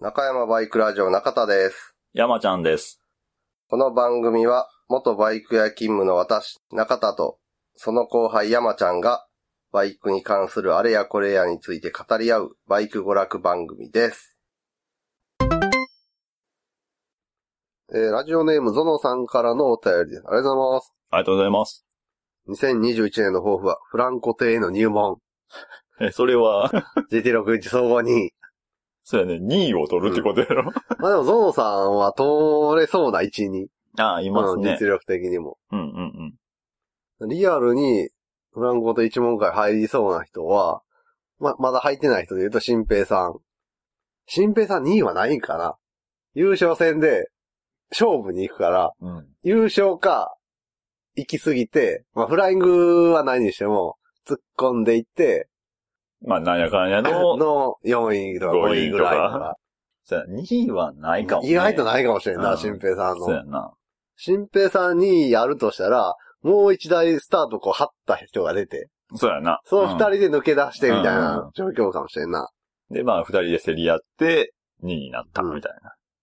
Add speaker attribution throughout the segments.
Speaker 1: 中山バイクラジオ中田です。
Speaker 2: 山ちゃんです。
Speaker 1: この番組は、元バイク屋勤務の私、中田と、その後輩山ちゃんが、バイクに関するあれやこれやについて語り合う、バイク娯楽番組です。えーラジオネームゾノさんからのお便りです。ありがとうございます。
Speaker 2: ありがとうございます。
Speaker 1: 2021年の抱負は、フランコ亭への入門。
Speaker 2: え、それは、
Speaker 1: GT61 総合2位。
Speaker 2: そうやね、2位を取るってことやろ。
Speaker 1: まあでも、ゾノさんは通れそうな位置に。
Speaker 2: ああ、います
Speaker 1: うん
Speaker 2: ね。
Speaker 1: 実力的にも。
Speaker 2: うんうんうん。
Speaker 1: リアルに、フランコと一問会入りそうな人は、ま、まだ入ってない人で言うと、新平さん。新平さん2位はないんかな優勝戦で、勝負に行くから、
Speaker 2: うん。
Speaker 1: 優勝か、行き過ぎて、まあ、フライングはないにしても、突っ込んでいって、
Speaker 2: まあ、なんやかんやの、
Speaker 1: の4位とか5位ぐらいとか。
Speaker 2: そうや、2位はないかも、ね。
Speaker 1: 意外と
Speaker 2: い
Speaker 1: ないかもしれん
Speaker 2: う
Speaker 1: な、
Speaker 2: ん
Speaker 1: 新平さんの
Speaker 2: そう。やな。
Speaker 1: 新平さん2位やるとしたら、もう一台スタートこう、張った人が出て、
Speaker 2: そうやな。
Speaker 1: その二
Speaker 2: う
Speaker 1: 人で抜け出してみたい
Speaker 2: うんう
Speaker 1: なん状況かもしれんな。
Speaker 2: んで、まあ、2人で競り合って、2位になった、みたい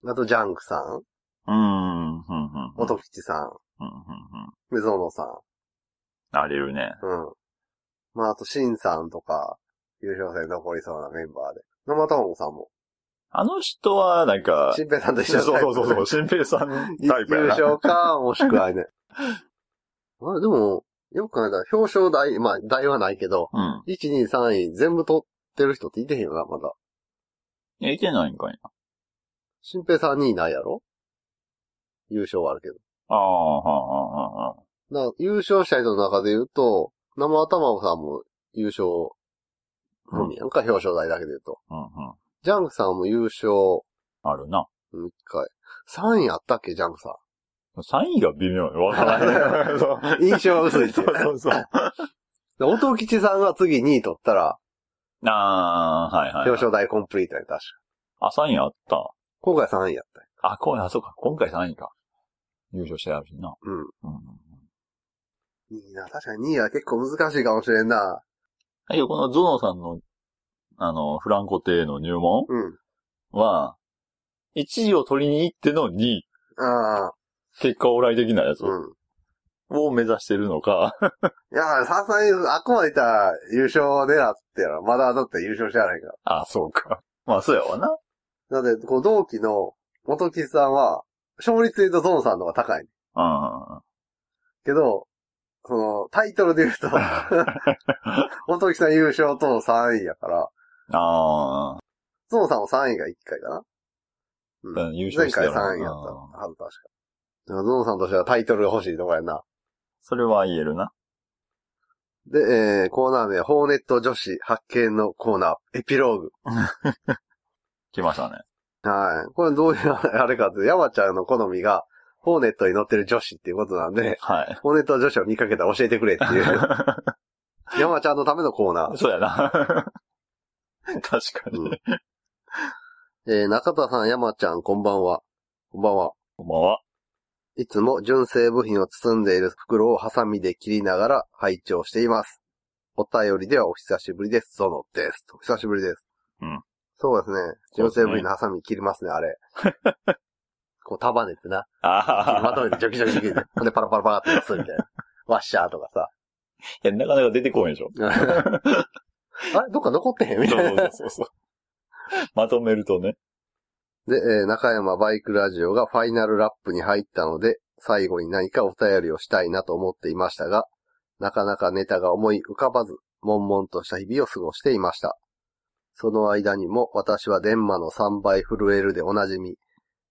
Speaker 1: あと、ジャンクさん、
Speaker 2: な。うん、うん、うん。
Speaker 1: 音吉さん、
Speaker 2: うん、うん、うん。
Speaker 1: メゾノさ
Speaker 2: なれるね。
Speaker 1: ん、うん。まあ、あと、シンさんとか、優勝戦残りそうなメンバーで。生卵さんも。
Speaker 2: あの人は、なんか、
Speaker 1: 新平さんと一緒
Speaker 2: そう
Speaker 1: だ
Speaker 2: そうそうそう、新平さんタイプや
Speaker 1: 優
Speaker 2: な。
Speaker 1: 勝か、もしく はね。あれ、でも、よく考えたら、表彰台、まあ、台はないけど、
Speaker 2: うん。
Speaker 1: 1、2、3位全部取ってる人っていてへんよな、まだ。
Speaker 2: え、いてないんかいな。
Speaker 1: 新平さん2位ないやろ優勝はあるけど。
Speaker 2: ああ、はあ、はあ、はあ。
Speaker 1: だから優勝した人の中で言うと、生頭さんも優勝のみやんか、表彰台だけで言うと。
Speaker 2: うん、うん。
Speaker 1: ジャンクさんも優勝、
Speaker 2: あるな。
Speaker 1: うん一回。3位あったっけ、ジャンクさ
Speaker 2: 3位が微妙よ。わから ない。そ
Speaker 1: ん。印象が薄いって
Speaker 2: そ
Speaker 1: いう
Speaker 2: そうそう。
Speaker 1: で音吉さんが次2位取ったら、
Speaker 2: あー、はいはい。
Speaker 1: 表彰台コンプリートやん、確か。
Speaker 2: あ、3位あった。
Speaker 1: 今回3位やったよ
Speaker 2: あ、今回、あ、そうか。今回3位か。優勝してやるしな。
Speaker 1: うん。
Speaker 2: うんうんうん。
Speaker 1: いいな、確かに2位は結構難しいかもしれんな。
Speaker 2: はい、このゾノさんの、あの、フランコ亭の入門
Speaker 1: うん。
Speaker 2: は、1位を取りに行っての2位、
Speaker 1: ああ、
Speaker 2: 結果オーライ的なやつ
Speaker 1: うん。
Speaker 2: を目指してるのか、
Speaker 1: いや、さすがに、あくまでいったら優勝狙ってやろ。まだだって優勝してやないから。
Speaker 2: あ、そうか。まあ、そうやわな。
Speaker 1: だって、こう、同期の元吉さんは、勝率で言うとゾンさんの方が高い。
Speaker 2: うん。
Speaker 1: けど、その、タイトルで言う と、元木さん優勝と3位やから、
Speaker 2: あ
Speaker 1: ゾンさんも3位が1回かな。
Speaker 2: ー、優勝
Speaker 1: 前
Speaker 2: して
Speaker 1: 回
Speaker 2: や
Speaker 1: 3
Speaker 2: る
Speaker 1: 位やった
Speaker 2: うん
Speaker 1: はず、確か。だからゾンさんとしてはタイトルが欲しいとこやな。
Speaker 2: それは言えるな。
Speaker 1: で、えー、コーナー名、ホーネット女子発見のコーナー、エピローグ。
Speaker 2: 来ましたね。
Speaker 1: はい。これどういうあれかって、山ちゃんの好みが、ホーネットに乗ってる女子っていうことなんで、
Speaker 2: はい。
Speaker 1: ホーネット女子を見かけたら教えてくれって いう、山ちゃんのためのコーナー。
Speaker 2: そうやな。 確かに。
Speaker 1: うんえー、中田さん、山ちゃん、こんばんは。こんばんは。
Speaker 2: こんばんは。
Speaker 1: いつも純正部品を包んでいる袋をハサミで切りながら拝聴しています。お便りではお久しぶりです。ゾノです。お久しぶりです。
Speaker 2: うん。
Speaker 1: そうですね。
Speaker 2: そ
Speaker 1: 純
Speaker 2: うですね
Speaker 1: 正部品のハサミ切りますね、あ れ。こう束ねてな。
Speaker 2: あ
Speaker 1: まとめてジョキジョキジョキで。 ほんでパラパラパラってやつみたいな。ワッシャーとかさ。
Speaker 2: いや、なかなか出てこないでしょ。
Speaker 1: あれどっか残ってへんみ
Speaker 2: そ
Speaker 1: たいう
Speaker 2: そ
Speaker 1: な
Speaker 2: う。そうそう。 まとめるとね。
Speaker 1: で、えー中山バイクラジオがファイナルラップに入ったので、最後に何かお便りをしたいなと思っていましたが、なかなかネタが思い浮かばず、悶々とした日々を過ごしていました。その間にも私は電マの3倍震えるでおなじみ、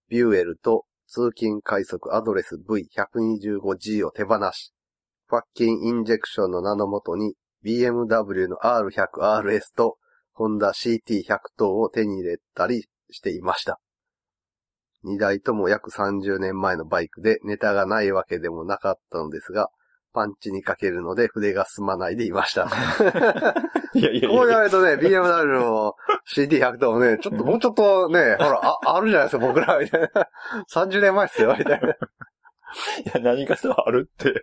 Speaker 1: ビューエルと通勤快速アドレス V125G を手放し、ファッキンインジェクションの名のもとに BMW の R100RS とホンダ CT100 等を手に入れたりしていました。二台とも約30年前のバイクでネタがないわけでもなかったのですが、パンチに欠けるので筆が進まないでいました。こ
Speaker 2: いやいうやい
Speaker 1: 言
Speaker 2: や。
Speaker 1: われるとね、BMW も CD100 ともね、ちょっともうちょっとね、ほら、あ、あるじゃないですか、僕ら、みたいな。30年前っすよ、みたいな。
Speaker 2: いや何かしらあるって。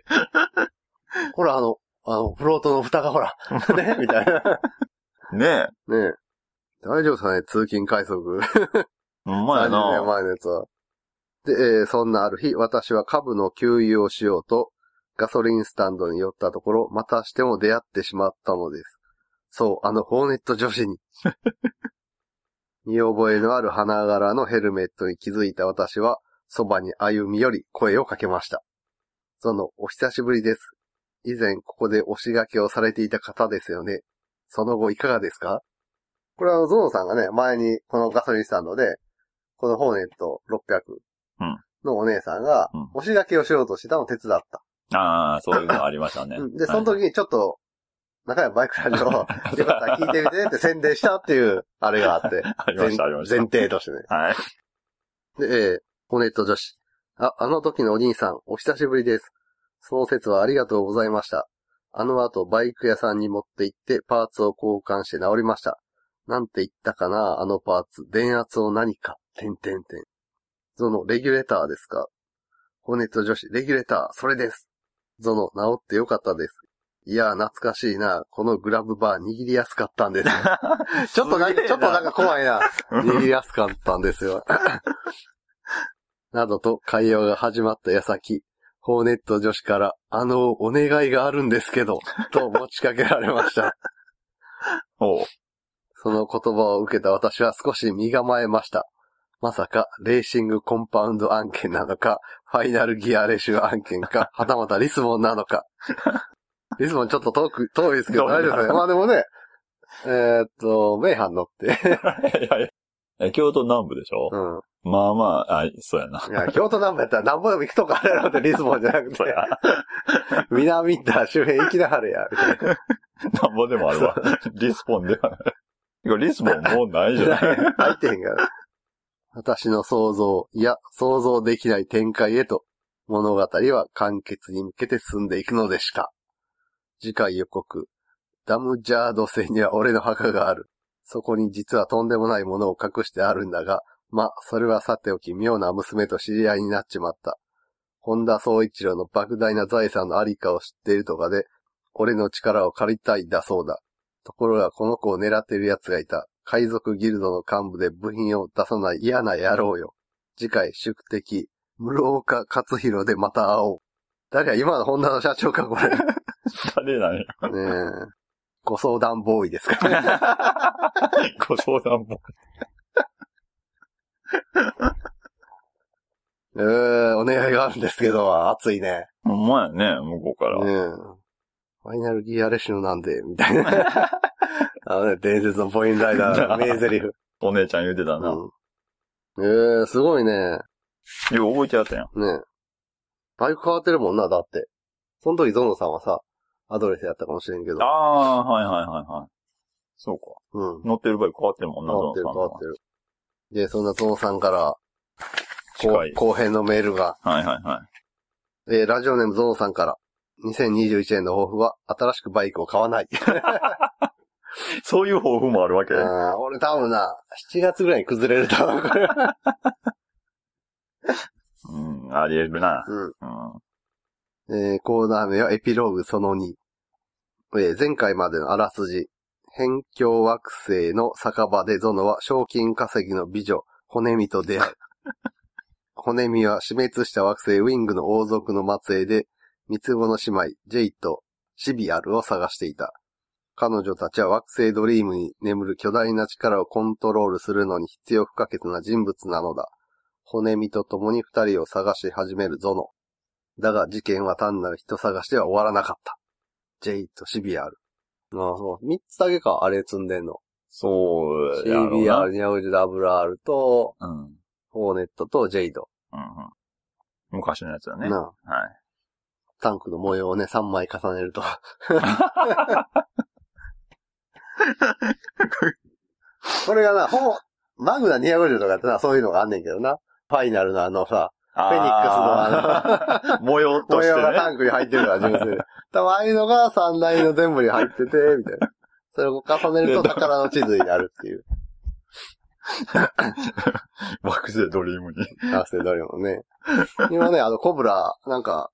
Speaker 1: ほら、あの、あの、フロートの蓋がほら、 ね、みたいな。
Speaker 2: ねえ。
Speaker 1: ねえ大丈夫ですかね、通勤快速。
Speaker 2: ほんまや
Speaker 1: 30年
Speaker 2: な。
Speaker 1: 前のやつは。で、えーそんなある日、私は株の給油をしようと、ガソリンスタンドに寄ったところ、またしても出会ってしまったのです。そう、あのホーネット女子に。 見覚えのある花柄のヘルメットに気づいた私は、そばに歩み寄り声をかけました。その、お久しぶりです。以前ここで押し掛けをされていた方ですよね。その後いかがですかこれはあのゾノさんがね、前にこのガソリンスタンドで、このホーネット600
Speaker 2: うん
Speaker 1: のお姉さんが
Speaker 2: うん、
Speaker 1: 押し掛けをしようとしてたのを手伝った。
Speaker 2: ああ、そういうのありましたね
Speaker 1: うん。で、
Speaker 2: はい
Speaker 1: その時にちょっと、中山バイクラジオ、よか ったら聞いてみてって宣伝したっていう、あれがあって。
Speaker 2: ありました、ありました
Speaker 1: 前。提としてね。
Speaker 2: はい。
Speaker 1: で、えー、ホネット女子。あ、あの時のお兄さん、お久しぶりです。その説はありがとうございました。あの後、バイク屋さんに持って行って、パーツを交換して直りました。なんて言ったかな、あのパーツ。電圧を何か、てんてんてん。ゾノ、レギュレターですかホネット女子、レギュレター、それです。ゾノ、治ってよかったです。いやー、懐かしいな。このグラブバー握りやすかったんです。ちょっとなんか、ちょっとなんか怖いな。握りやすかったんですよ。 などと会話が始まった矢先、ホーネット女子から、あの、お願いがあるんですけ ど、と持ちかけられました。
Speaker 2: おう
Speaker 1: その言葉を受けた私は少し身構えました。まさか、レーシングコンパウンド案件なのか、ファイナルギアレシュ案件 か、はたまたリスボンなのか。リスボンちょっと遠く、遠いですけど、大丈夫ですね。まあでもね、えーっと、名阪乗って、
Speaker 2: いやいやえ京都南部でしょ
Speaker 1: うん。
Speaker 2: まあまあ、あ、そうやな。
Speaker 1: いや、京都南部やったらなんぼでも行くとこあるやろって、リスボンじゃなくて
Speaker 2: そう、や。
Speaker 1: 南行ったら周辺行きなはれや、みたいな。
Speaker 2: なんぼでもあるわ。リスポンではない。てかリスポンもうない じゃない。
Speaker 1: 空いてへんから。私の想像、いや、想像できない展開へと、物語は完結に向けて進んでいくのでした。次回予告、ダムジャード星には俺の墓がある。そこに実はとんでもないものを隠してあるんだが、ま、それはさておき妙な娘と知り合いになっちまった。本田総一郎の莫大な財産のありかを知っているとかで、俺の力を借りたいだそうだ。ところがこの子を狙ってる奴がいた。海賊ギルドの幹部で部品を出さない嫌な野郎よ。次回宿敵、室岡勝弘でまた会おう。誰や、今のホンダの社長か、これ。ね
Speaker 2: 誰なんや。
Speaker 1: え。ご相談ボーイですか、ね、
Speaker 2: ご相談も。
Speaker 1: えー、お願いがあるんですけど、熱いね。
Speaker 2: ほんまやね、向こうから。
Speaker 1: ねえ。ファイナルギアレシノなんで、みたいな。あのね、伝説のボインライダーの名台詞。
Speaker 2: お姉ちゃん言うてたな。よ
Speaker 1: うん。えー、すごいね。
Speaker 2: う覚えちゃったやん。
Speaker 1: ねえ。バイク変わってるもんな、だって。その時ゾノさんはさ、アドレスやったかもしれんけど。
Speaker 2: ああ、はいはいはいはい。そうか。
Speaker 1: うん。
Speaker 2: 乗ってるバイク変わってるもんな、
Speaker 1: 変わってる
Speaker 2: ゾ
Speaker 1: 変
Speaker 2: ノさん
Speaker 1: わ
Speaker 2: は
Speaker 1: ってる。で、そんなゾノさんから、こ。
Speaker 2: 近いう
Speaker 1: 後編のメールが、
Speaker 2: はいはいはい。
Speaker 1: えーラジオネームゾノさんから、2021年の抱負は、新しくバイクを買わない。
Speaker 2: そういう抱負もあるわけ。
Speaker 1: あー 俺多分な、7月ぐらいに崩れると思う、これは。
Speaker 2: うん、あり得るな。
Speaker 1: うん。
Speaker 2: うん。
Speaker 1: えーコーナー名はエピローグその2。えー前回までのあらすじ。辺境惑星の酒場でゾノは賞金稼ぎの美女、骨身と出会う。骨身は死滅した惑星ウィングの王族の末裔で、三つ子の姉妹、ジェイとシビアルを探していた。彼女たちは惑星ドリームに眠る巨大な力をコントロールするのに必要不可欠な人物なのだ。骨身と共に二人を探し始めるゾノ。だが事件は単なる人探しでは終わらなかった。ジェイとシビアル。ああ、そう。三つだけか、あれ積んでんの。
Speaker 2: そう
Speaker 1: シ
Speaker 2: やろう
Speaker 1: ビア
Speaker 2: な。
Speaker 1: ル、ニャウジダブラールと、
Speaker 2: うん。うんうん。
Speaker 1: ホーネットとジェイド。
Speaker 2: 昔のやつだね。は
Speaker 1: なあタンクの模様をね、3枚重ねる と。これがな、ほぼ、マグナ250とかってな、そういうのがあんねんけどな。ファイナルのあのさ、
Speaker 2: い。
Speaker 1: フェニックスのあの、
Speaker 2: の、模様と
Speaker 1: 模
Speaker 2: して
Speaker 1: 様がタ
Speaker 2: ね。
Speaker 1: ンクに入ってるから、純 粋に。多分ああいうのが三台の全部に入ってて、みたいな。それを重ねると宝の地図になるっていう。
Speaker 2: 惑星ドリームに。
Speaker 1: 合わせてどれもね。今ね、あの、コブラ、なんか、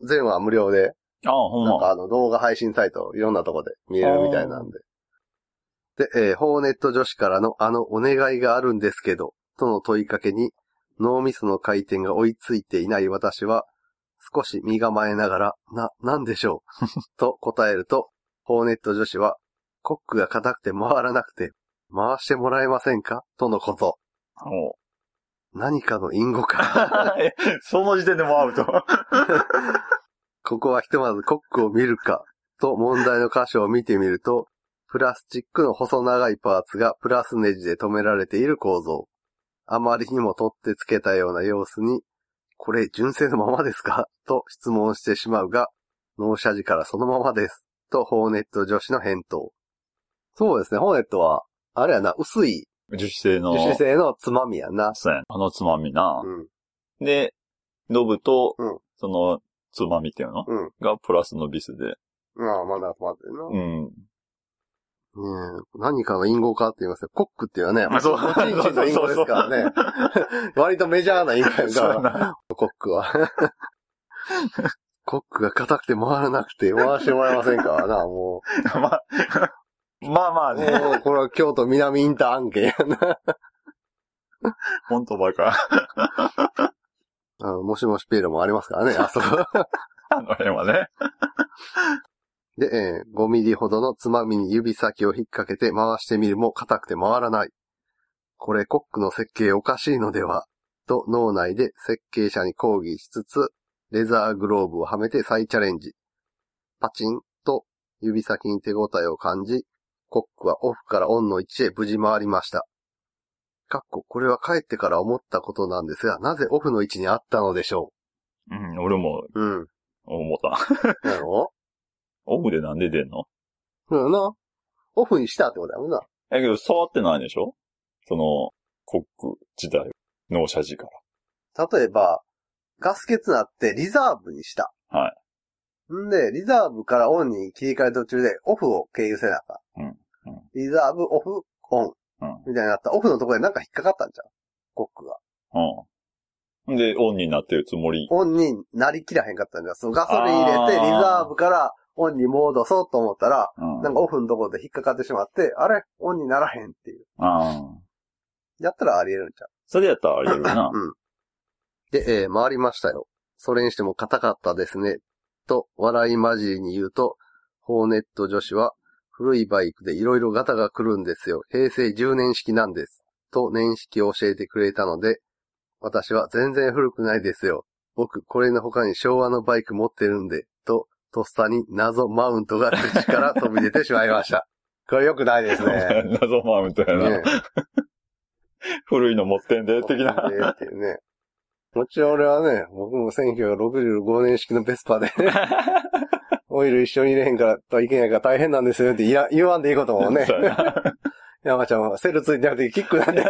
Speaker 1: 全話無料で、
Speaker 2: ああ、ほん
Speaker 1: なん
Speaker 2: ま。
Speaker 1: かあの、動画配信サイト、いろんなとこで見れるみたいなんで。で、えー、ホーネット女子からのあのお願いがあるんですけど、との問いかけに、脳みその回転が追いついていない私は、少し身構えながら、な、なんでしょうと答えると、ホーネット女子は、コックが硬くて回らなくて、回してもらえませんかとのこと。
Speaker 2: も
Speaker 1: 何かの因果
Speaker 2: う
Speaker 1: か。
Speaker 2: その時点でもうアウト。
Speaker 1: ここはひとまずコックを見るか、と問題の箇所を見てみると、プラスチックの細長いパーツがプラスネジで止められている構造。あまりにも取ってつけたような様子に、これ純正のままですかと質問してしまうが、納車時からそのままです。と、ホーネット女子の返答。そうですね、ホーネットは、あれやな、薄い
Speaker 2: 樹脂製の。
Speaker 1: 樹脂製のつまみやな。
Speaker 2: そうやねあのつまみな。
Speaker 1: うん。
Speaker 2: で、ノブと、
Speaker 1: うん
Speaker 2: その、つまみっていうの、
Speaker 1: うん
Speaker 2: がプラスのビスで。
Speaker 1: まあ、まだまだな。
Speaker 2: うん。
Speaker 1: ねえ、何かの隠語かって言いますよ。コックっていうのはね、
Speaker 2: あそう
Speaker 1: モチンチンの隠語ですからね。割とメジャーな隠語や
Speaker 2: そうや
Speaker 1: か
Speaker 2: な。
Speaker 1: ら、コック は。コックが硬くて回らなくて回してもらえませんからな、も
Speaker 2: まあ、まあま あ
Speaker 1: う。も
Speaker 2: ね。
Speaker 1: う、これは京都南インター案件やな。
Speaker 2: 本当バカ。
Speaker 1: あの、もしもしペールもありますからね、あそこ。
Speaker 2: あの辺はね。
Speaker 1: で、えー5ミリほどのつまみに指先を引っ掛けて回してみるも硬くて回らない。これコックの設計おかしいのではと脳内で設計者に抗議しつつ、レザーグローブをはめて再チャレンジ。パチンと指先に手応えを感じ、コックはオフからオンの位置へ無事回りました。かっこ、これは帰ってから思ったことなんですが、なぜオフの位置にあったのでしょ
Speaker 2: うん、俺も
Speaker 1: ううん。
Speaker 2: 思った。
Speaker 1: なの
Speaker 2: オフでなんで出んの
Speaker 1: そうやな。オフにしたってことだもんな。
Speaker 2: だけど、触ってないでしょその、コック自体、納車時か
Speaker 1: 例えば、ガス欠なってリザーブにした。。
Speaker 2: はい
Speaker 1: んで、リザーブからオンに切り替える途中でオフを経由せなあかん。
Speaker 2: うんうん
Speaker 1: リザーブ、オフ、オン。
Speaker 2: うん
Speaker 1: みたいになった。オフのところでなんか引っかかったんじゃん。コックが。
Speaker 2: ら。うん。で、オンになってるつもり。
Speaker 1: オンになりきらへんかったんじゃん。そのガソリン入れて
Speaker 2: あー
Speaker 1: リザーブからオンに戻そうと思ったら、
Speaker 2: うん。
Speaker 1: なんかオフのところで引っかかってしまって、あれオンにならへんっていう。
Speaker 2: ああ。
Speaker 1: やったらあり得るんちゃう
Speaker 2: それやったらあり得るな。
Speaker 1: うん。で、えー回りましたよ。それにしても硬かったですね。と、笑い混じりに言うと、ホーネット女子は、古いバイクでいろいろガタが来るんですよ。平成10年式なんです。と、年式を教えてくれたので、私は全然古くないですよ。僕、これの他に昭和のバイク持ってるんで、と、とっさに謎マウントが口から飛び出てしまいま した。これ良くないです ね。
Speaker 2: 謎マウントやな。
Speaker 1: ね
Speaker 2: 古いの持ってんで、的 な。。
Speaker 1: ええっていうね。もちろん俺はね、僕も1965年式のベスパで、 オイル一緒に入れへんからといけないから大変なんですよっていや言わんでいいこともね
Speaker 2: そう やな
Speaker 1: 山ちゃんはセルついてなくてキック なんで、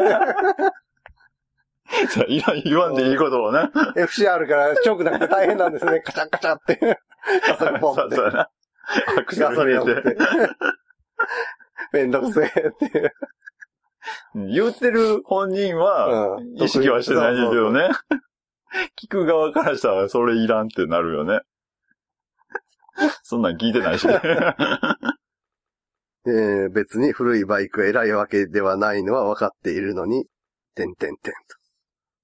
Speaker 2: そういらん言わんでいいことをな。
Speaker 1: FCR からチョークなくて大変なんですね。カチャンカチャンって。加速ポンって
Speaker 2: そう。やな。アクセル
Speaker 1: ガソリンを
Speaker 2: 入
Speaker 1: 持
Speaker 2: れ
Speaker 1: ってて。。 めんどくせえっていう。
Speaker 2: 言ってる本人は
Speaker 1: う、ん
Speaker 2: 意識はしてないけどね。聞く側からしたら、それいらんってなるよね。そんなん聞い てないし。
Speaker 1: えー別に古いバイクが偉いわけではないのは分かっているのに、てんてんてんと。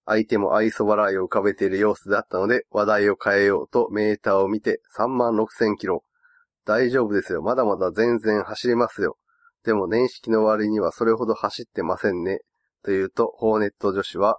Speaker 1: 相手も愛想笑いを浮かべている様子だったので、話題を変えようとメーターを見て3万6千キロ。大丈夫ですよ。まだまだ全然走れますよ。でも年式の割にはそれほど走ってませんね。というと、ホーネット女子は、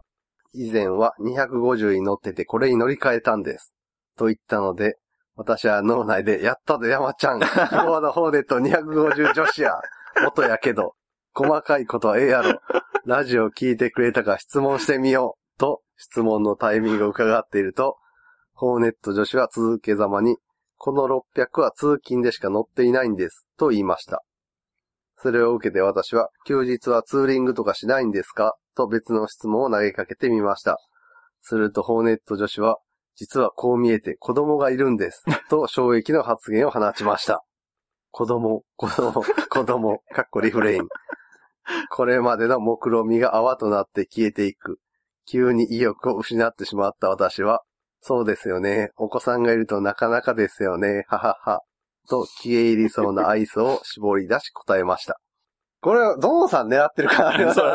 Speaker 1: 以前は250に乗っててこれに乗り換えたんです。と言ったので、私は脳内で、やったで山ちゃん、昭和のホーネット250女子や、元やけど、細かいことはええやろ、ラジオ聞いてくれたか質問してみよう、と質問のタイミングを伺っていると、ホーネット女子は続けざまに、この600は通勤でしか乗っていないんです、と言いました。それを受けて私は、休日はツーリングとかしないんですかと別の質問を投げかけてみました。すると、ホーネット女子は、実はこう見えて子供がいるん です。と衝撃の発言を放ちました。子供、子供、 子供、かっこリフレイン。これまでの目論見みが泡となって消えていく。急に意欲を失ってしまった私は、そうですよね。お子さんがいるとなかなかですよね。ははは。と消え入りそうな愛想を絞り出し答えました。これ、ゾノさん狙ってるからあれは
Speaker 2: そう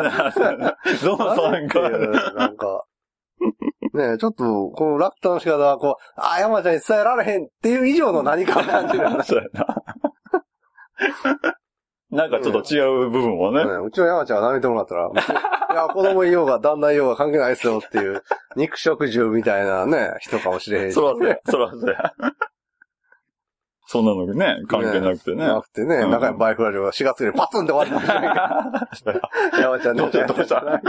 Speaker 2: やな。ゾウさん
Speaker 1: なんていう
Speaker 2: が、
Speaker 1: なんか。ねえ、ちょっと、この落胆の仕方は、こう、あ、山ちゃんに伝えられへんっていう以上の何かを感じるよね。
Speaker 2: そうやな。なんかちょっと違う部分をね。
Speaker 1: うんうちの山ちゃんは舐めてもらった ら、うちいや、子供いようが旦那いようが関係ないですよっていう、肉食獣みたいなね、人かもしれへんし。
Speaker 2: そらそうや、そらそうや。そんなのね、関係なくてね。
Speaker 1: なくてね、
Speaker 2: うん
Speaker 1: 仲良いバイクラジオが4月にパツンって終わりま した山ちゃん
Speaker 2: ど
Speaker 1: の
Speaker 2: うしたどうした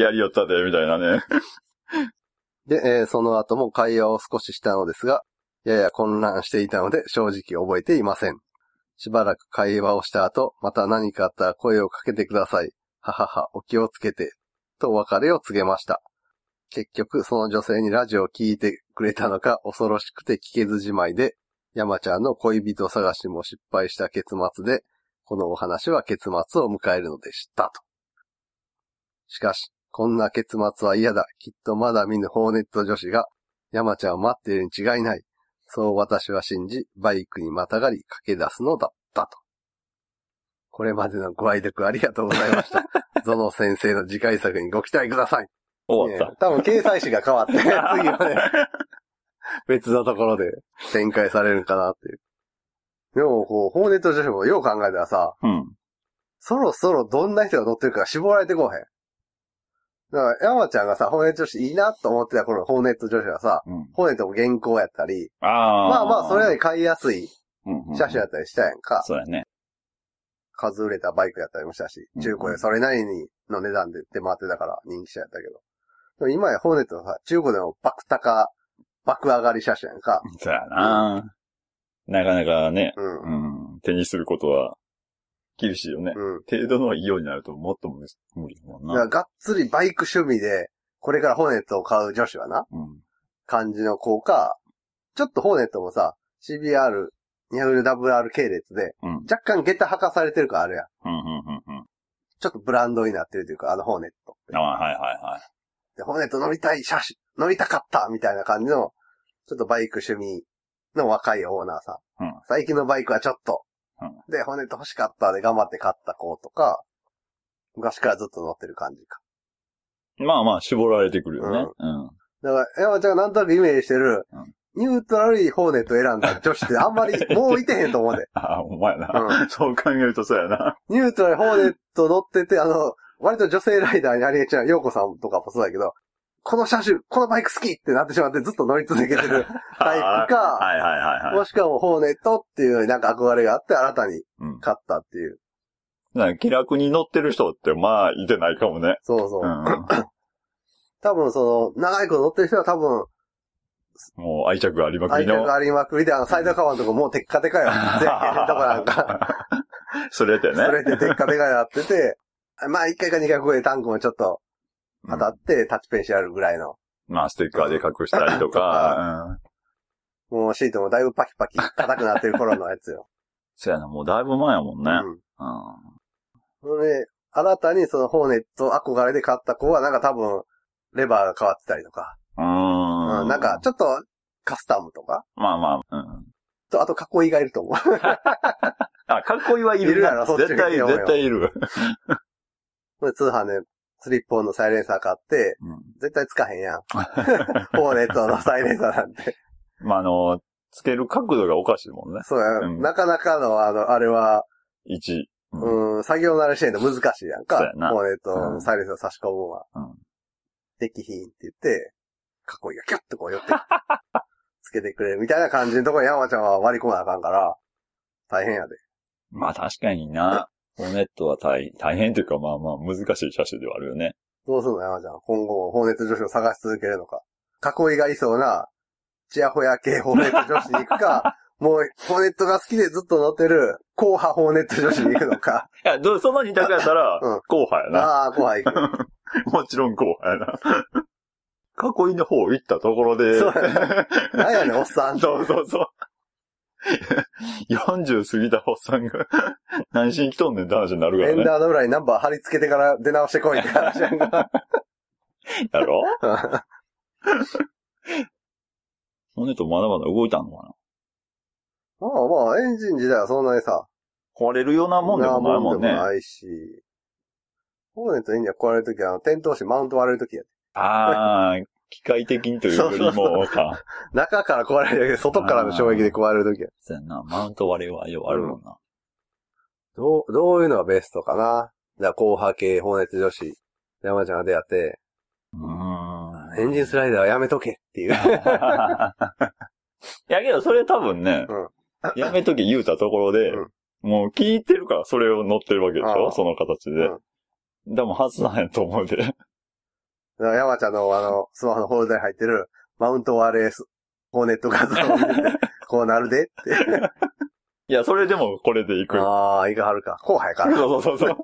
Speaker 2: やりよったで、みたいなね。
Speaker 1: で、えーその後も会話を少ししたのですが、やや混乱していたので正直覚えていません。しばらく会話をした後、また何かあったら声をかけてください。ははは、お気をつけて。とお別れを告げました。結局、その女性にラジオを聞いてくれたのか、恐ろしくて聞けずじまいで、山ちゃんの恋人探しも失敗した結末で、このお話は結末を迎えるのでした。と。しかし、こんな結末は嫌だ。きっとまだ見ぬホーネット女子が、山ちゃんを待っているに違いない。そう私は信じ、バイクにまたがり駆け出すのだったと。これまでのご愛読ありがとうございま した。ゾノ先生の次回作にご期待ください。
Speaker 2: 終わっ
Speaker 1: ね多分掲載誌が変 わって、次
Speaker 2: た。
Speaker 1: はね、別のところで展開されるかなっていう。でも、こう、ホーネット女子もよう考えたらさ、
Speaker 2: うん。
Speaker 1: そろそろどんな人が乗ってるか絞られてこうへん。だから、山ちゃんがさ、ホーネット女子いいなと思ってた頃のホーネット女子はさ、
Speaker 2: うん
Speaker 1: ホーネットも原稿やったり、
Speaker 2: ああ。
Speaker 1: まあまあ、それより買いやすい
Speaker 2: うんうん
Speaker 1: 車種やったりしたやんか。
Speaker 2: そうやね。
Speaker 1: 数売れたバイクやったりもしたし、
Speaker 2: うん
Speaker 1: 中古でそれなりにの値段で出回ってたから人気車やったけど。でも今やホーネットはさ、中古でも爆高、爆上がり車種やんか。
Speaker 2: そうやな。なかなかね、
Speaker 1: うん。う。
Speaker 2: うんん、手にすることは厳しいよね。程度のいいようになるともっとむ無理だもん
Speaker 1: だから
Speaker 2: な。
Speaker 1: がっつりバイク趣味で、これからホーネットを買う女子はな、
Speaker 2: うん。
Speaker 1: 感じの子か、ちょっとホーネットもさ、CBR、200WR 系列で、
Speaker 2: うん。
Speaker 1: 若干下駄履かされてるからあるやん。
Speaker 2: うん。うん。うん。うん。
Speaker 1: ちょっとブランドになってるというか、あのホーネット。
Speaker 2: あはいはいはい。
Speaker 1: で、ホーネット乗りたい、車種、乗りたかったみたいな感じの、ちょっとバイク趣味の若いオーナーさん。
Speaker 2: うん
Speaker 1: 最近のバイクはちょっと。
Speaker 2: うん
Speaker 1: で、ホーネット欲しかったで頑張って買った子とか、昔からずっと乗ってる感じか。
Speaker 2: まあまあ、絞られてくるよね。うん。
Speaker 1: だから、山ちゃんがなんとなくイメージしてる、
Speaker 2: うん
Speaker 1: ニュートラルいホーネットを選んだ女子ってあんまりもういてへんと思うで。
Speaker 2: ああ、お前な。そう考えるとそう やな。
Speaker 1: ニュートラルホーネット乗ってて、あの、割と女性ライダーにありがちな陽子さんとかもそうだけど、この車種、このバイク好きってなってしまってずっと乗り続 けてるタイプか、
Speaker 2: はいはいはいは
Speaker 1: もしくはもうホーネットっていうのになんか憧れがあって新たに
Speaker 2: い。うん。
Speaker 1: 買ったっていう。
Speaker 2: なんか気楽に乗ってる人ってまあ、いてないかもね。
Speaker 1: そうそう。
Speaker 2: うん。
Speaker 1: 多分その、長いこと乗ってる人は多分、
Speaker 2: もう愛着ありまく
Speaker 1: 愛
Speaker 2: りの
Speaker 1: 着。がありまくりで、あの、サイドカバーのとこもうテッカテカ よ。全然とこなんか、
Speaker 2: それでね。
Speaker 1: それでテッカテカになってて、まあ一回か二回こでタンクもちょっと当たってタッチペンしてあるぐらいの、
Speaker 2: まあ、ステッカーで隠したり とか、うん。
Speaker 1: もうシートもだいぶパキパキ硬くなってる頃のやつよ。
Speaker 2: そうやな、もうだいぶ前やもんね。
Speaker 1: うん。
Speaker 2: う
Speaker 1: それで、新たにそのホーネット憧れで買った子はなんか多分、レバーが変わってたりとか、
Speaker 2: ん。
Speaker 1: うん、なんか、ちょっとカスタムとか、
Speaker 2: まあまあ、うん。
Speaker 1: と、あと囲いがいると思う。
Speaker 2: あ、かっこいいはいる
Speaker 1: いるやろそっち
Speaker 2: 絶対いる、
Speaker 1: 見てよ
Speaker 2: 絶対いる。
Speaker 1: で通販でスリップオンのサイレンサー買って、
Speaker 2: うん
Speaker 1: 絶対つかへんや ん。ホーネットのサイレンサーなんて。
Speaker 2: まあ、あの、つける角度がおかしいもんね。
Speaker 1: そうや、
Speaker 2: うん
Speaker 1: なかなかの、あの、あれは、
Speaker 2: 一。うん
Speaker 1: うん、作業慣れしてんと難しいやんか。
Speaker 2: そうやな
Speaker 1: ホーネットのサイレンサー差し込むのは。
Speaker 2: うん
Speaker 1: できひんって言って、囲いがキュッとこう寄って、 つけてくれるみたいな感じのところに山ちゃんは割り込まなあかんから、大変やで。
Speaker 2: まあ確かにな。ホネットは大大変というか、まあまあ難しい車種ではあるよね。
Speaker 1: どうすんの山ちゃん。今後もホーネット女子を探し続けるのか。囲いがいそうな、チヤホヤ系ホーネット女子に行く か、もう、ホーネットが好きでずっと乗ってる、硬派ホーネット女子に行くのか。
Speaker 2: いや、どその二択やった ら
Speaker 1: うん、
Speaker 2: 後派 やな。
Speaker 1: ああ、後輩行く。
Speaker 2: もちろん後派やな。 囲いの方行ったところで、
Speaker 1: そうやなんやねん、おっさん。
Speaker 2: そうそう そう。40過ぎたおっさんが、何しに来とんねんって話になるか
Speaker 1: エ
Speaker 2: ら
Speaker 1: ン
Speaker 2: ね。
Speaker 1: ダーの裏にナンバー貼り付けてから出直してこいって話やん か。
Speaker 2: や ろホネットまだまだ動いたんのかな
Speaker 1: まあまあ、エンジン自体はそんなにさ、
Speaker 2: 壊れるようなもんでもないもんね。
Speaker 1: なもないし。ホーネットの意味は壊れるときは、あの、点灯しマウント割れるときや。
Speaker 2: ああ、機械的にというよりも、か。
Speaker 1: 中から壊れるだけで、外からの衝撃で壊れるときや。
Speaker 2: そうやな、マウント割れはようあるもんな。
Speaker 1: どう、どういうのがベストかなじゃあ、後派系、放熱女子、山ちゃんが出会って、
Speaker 2: う
Speaker 1: エンジンスライダーはやめとけって いう。
Speaker 2: いやけど、それ多分ね、やめとき言うたところで、
Speaker 1: うん
Speaker 2: もう聞いてるからそれを乗ってるわけでし
Speaker 1: あ
Speaker 2: ょ
Speaker 1: あ
Speaker 2: その形で。でも外さないと思うで。
Speaker 1: だから山ちゃんの、あの、スマホのホルダーに入ってる、マウント RS、ホーネット画像を見て、こうなるで って。
Speaker 2: いや、それでもこれでいく。
Speaker 1: ああ、いかはるか。後輩か
Speaker 2: そう
Speaker 1: ら。
Speaker 2: そうそう そう。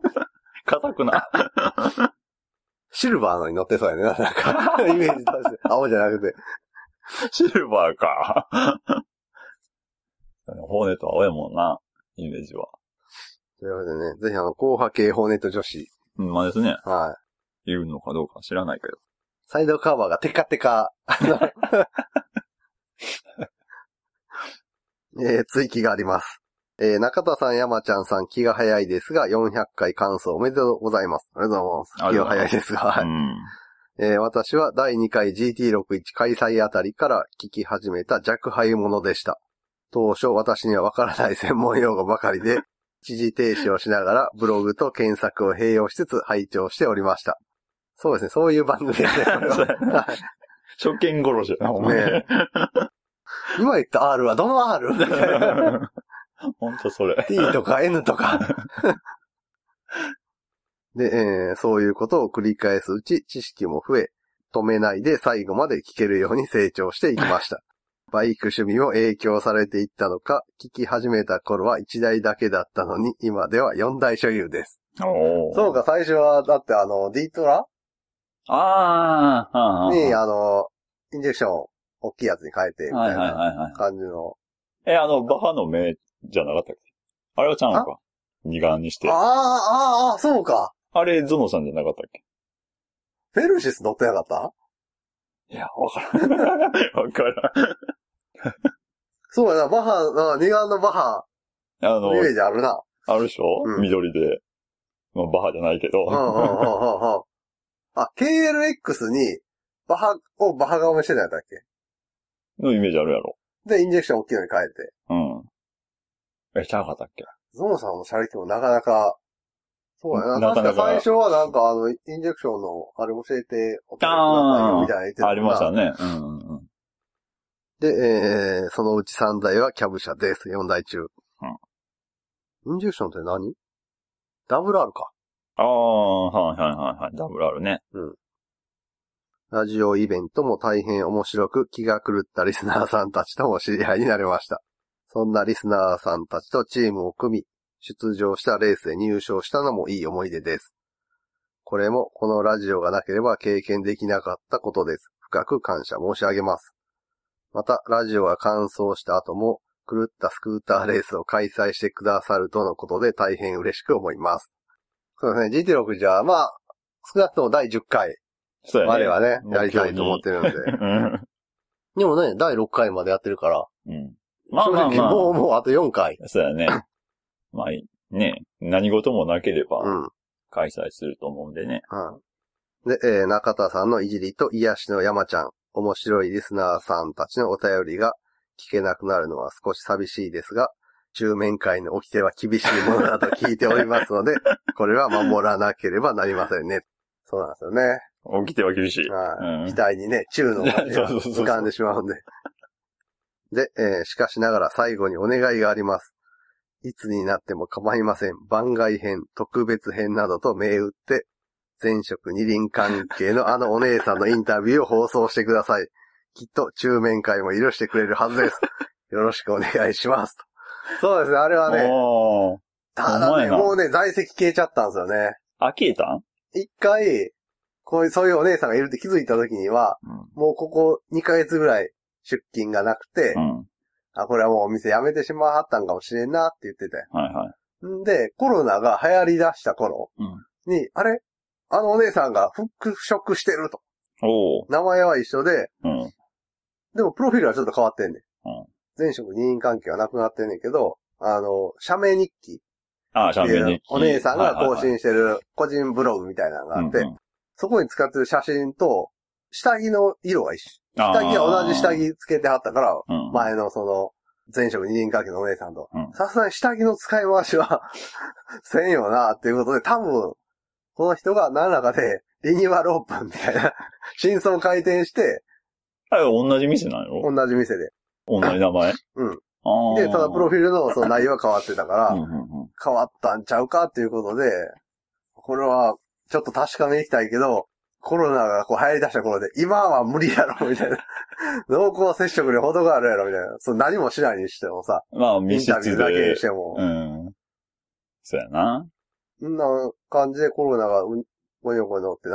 Speaker 2: 硬くな。
Speaker 1: シルバーのに乗ってそうやね。なん か、イメージとして。青じゃなくて。
Speaker 2: シルバーか。 ホーネットは青やもんな、イメージは。
Speaker 1: ということでね、ぜひあの、後派系ホーネット女子。
Speaker 2: うん、まあですね。
Speaker 1: はい。
Speaker 2: 言うのかどうか知らないけど。
Speaker 1: サイドカバーがテカテカ。あの えー追記があります。えー中田さん、山ちゃんさん、気が早いですが、400回感想おめでとうございます。ありがとうございます。
Speaker 2: あ
Speaker 1: 気
Speaker 2: りが
Speaker 1: が
Speaker 2: とうござ
Speaker 1: 早
Speaker 2: いま
Speaker 1: いですが、はい
Speaker 2: うん。
Speaker 1: えー私は第2回 GT61 開催あたりから聞き始めた弱敗者でした。当初私にはわからない専門用語ばかりで、 一時停止をしながらブログと検索を併用しつつ拝聴しておりました。そうですね、そういう番組ですね、これは
Speaker 2: そうやな
Speaker 1: はい
Speaker 2: 初見殺 しやな、お前。
Speaker 1: 今言った R はどの R? みたいな
Speaker 2: ほんと それ。
Speaker 1: T とか N と か。で、えーそういうことを繰り返すうち知識も増え、止めないで最後まで聞けるように成長していきま した。バイク趣味も影響されていったのか、聞き始めた頃は1台だけだったのに、今では4台所有です。
Speaker 2: おー
Speaker 1: そうか、最初は、だってあの、D トラ
Speaker 2: ああ、はあ、はあ。
Speaker 1: に、あの、インジェクション、大きいやつに変えて、み
Speaker 2: は
Speaker 1: たい
Speaker 2: いはい
Speaker 1: な
Speaker 2: はいはい。
Speaker 1: 感じの。
Speaker 2: え、あの、バハの目じゃなかったっけあれはちゃうのか二眼にし
Speaker 1: あ
Speaker 2: て
Speaker 1: ー。あー、あーそうか。
Speaker 2: あれ、ゾノさんじゃなかったっ
Speaker 1: フェルシス乗ってなかった
Speaker 2: けいや、わからん。 わからん。
Speaker 1: そうやな、バハ、二眼のバハ
Speaker 2: あ
Speaker 1: の
Speaker 2: の
Speaker 1: イ、メージあるな。
Speaker 2: あるでしょ、
Speaker 1: うん
Speaker 2: 緑で。まあ、バハじゃないけ
Speaker 1: うんうんうんうんうん
Speaker 2: ど。
Speaker 1: あ、KLX にバハをバハ顔にしてたんやったっけ
Speaker 2: のイメージあるやろ。
Speaker 1: で、インジェクション大きいのに変えて。
Speaker 2: うん。え、ちゃうかったっけ
Speaker 1: ゾノさんの車力もなかなか、そうやな。
Speaker 2: なかなか
Speaker 1: 確か最初はなんかあの、インジェクションのあれ教えておくださいよみたいな言ってたな
Speaker 2: ありましたね。うんうんうん。
Speaker 1: で、えー、そのうち3台はキャブ車です。4台中。うん。インジェクションって何ダブル R か。
Speaker 2: ああ、はいはいはいはい。ダブルあるね。
Speaker 1: ラジオイベントも大変面白く気が狂ったリスナーさんたちとも知り合いになれました。そんなリスナーさんたちとチームを組み、出場したレースで入賞したのもいい思い出です。これもこのラジオがなければ経験できなかったことです。深く感謝申し上げます。また、ラジオが完走した後も、狂ったスクーターレースを開催してくださるとのことで大変嬉しく思います。そうですね、GT6 じゃあ、まあ、少なくとも第10回。
Speaker 2: そうや
Speaker 1: 我
Speaker 2: ね。
Speaker 1: はね、
Speaker 2: 目標に
Speaker 1: やりたいと思ってるんで。
Speaker 2: うん。
Speaker 1: でもね、第6回までやってるから、
Speaker 2: うん。まあまあ
Speaker 1: 正
Speaker 2: ま
Speaker 1: 直
Speaker 2: あ。
Speaker 1: もうもうあと4回。
Speaker 2: そうやね。まあ、ね、何事もなけれ
Speaker 1: う
Speaker 2: ば
Speaker 1: ん。
Speaker 2: 開催すると思うんでね。
Speaker 1: うん。で、えー中田さんのいじりと癒しの山ちゃん、面白いリスナーさんたちのお便りが聞けなくなるのは少し寂しいですが、中面会の掟は厳しいものだと聞いておりますので、 これは守らなければなりませんね。そうなんですよね。
Speaker 2: 起きては厳しい。
Speaker 1: は
Speaker 2: うん
Speaker 1: い。額にね、中の 文字が
Speaker 2: そうそうそうそう
Speaker 1: 浮かんでしまうんで。で、えーしかしながら最後にお願いがあります。いつになっても構いません。番外編、特別編などと銘打って、前職二輪関係のあのお姉さんのインタビューを放送してください。 きっと中面会も許してくれるはずです。よろしくお願いします。とそうですね、あれはね、
Speaker 2: おー。
Speaker 1: ただ
Speaker 2: うま
Speaker 1: ね、
Speaker 2: いな
Speaker 1: もうね、在籍消えちゃったんですよね。
Speaker 2: あ、消えたん
Speaker 1: 一回、こういう、そういうお姉さんがいるって気づいた時には、
Speaker 2: うん
Speaker 1: もうここ2ヶ月ぐらい出勤がなくて、
Speaker 2: うん。
Speaker 1: あ、これはもうお店辞めてしまわはったんかもしれんなって言ってて。
Speaker 2: はいはい。
Speaker 1: んで、コロナが流行り出した頃
Speaker 2: うん
Speaker 1: に、あれあのお姉さんが復職してると。
Speaker 2: おー。
Speaker 1: 名前は一緒で、
Speaker 2: うん。
Speaker 1: でもプロフィールはちょっと変わってんねん。
Speaker 2: うん
Speaker 1: 前職二人関係はなくなってんねんけど、あの、社名日記
Speaker 2: ああ、シャンベ
Speaker 1: いう
Speaker 2: に。
Speaker 1: お姉さんが更
Speaker 2: はい
Speaker 1: 新してる個人ブログみたいなのが
Speaker 2: はい
Speaker 1: あっ
Speaker 2: はい
Speaker 1: て
Speaker 2: うんう、ん
Speaker 1: そこに使ってる写真と、下着の色が一緒。
Speaker 2: あー
Speaker 1: 下着は同じ下着つけてはったから、
Speaker 2: うん
Speaker 1: 前のその、前職二人関係のお姉さんと
Speaker 2: うん、
Speaker 1: さすがに下着の使い回しは、 せんよな、っていうことで、多分、この人が何らかで、リニューアルオープンみたいな、 真相回転して、
Speaker 2: あれ同じ店なんや
Speaker 1: 同
Speaker 2: ろ
Speaker 1: じ店で。
Speaker 2: 同じ名前
Speaker 1: うん。
Speaker 2: ああ。
Speaker 1: で、ただプロフ
Speaker 2: フ
Speaker 1: ィールのその内容は変わってたから、
Speaker 2: うんうんうん。
Speaker 1: 変わったんちゃうかっていうことで、これはちょっと確かめに行きたいけど、コロナがこう流行り出した頃で、今は無理やろ、みたいな。濃厚接触に程があるやろ、みたいな。そう何もしないにしてもさ、
Speaker 2: まあ、
Speaker 1: イ
Speaker 2: 密
Speaker 1: ンタビュ
Speaker 2: 室
Speaker 1: ーだけに
Speaker 2: で
Speaker 1: し。ても、
Speaker 2: うん。そうやな。
Speaker 1: そんな感じでコロナがうん、こにょこにょってな